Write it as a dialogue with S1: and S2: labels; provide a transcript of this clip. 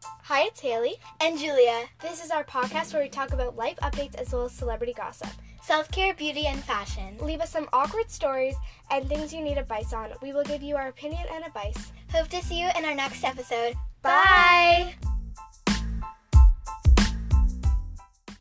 S1: Hi, it's Haley.
S2: And Julia,
S1: This is our podcast where we talk about life updates as well as celebrity gossip.
S2: self care, beauty, and fashion.
S1: Leave us some awkward stories and things you need advice on. We will give you our opinion and advice.
S2: Hope to see you in our next episode.
S1: Bye.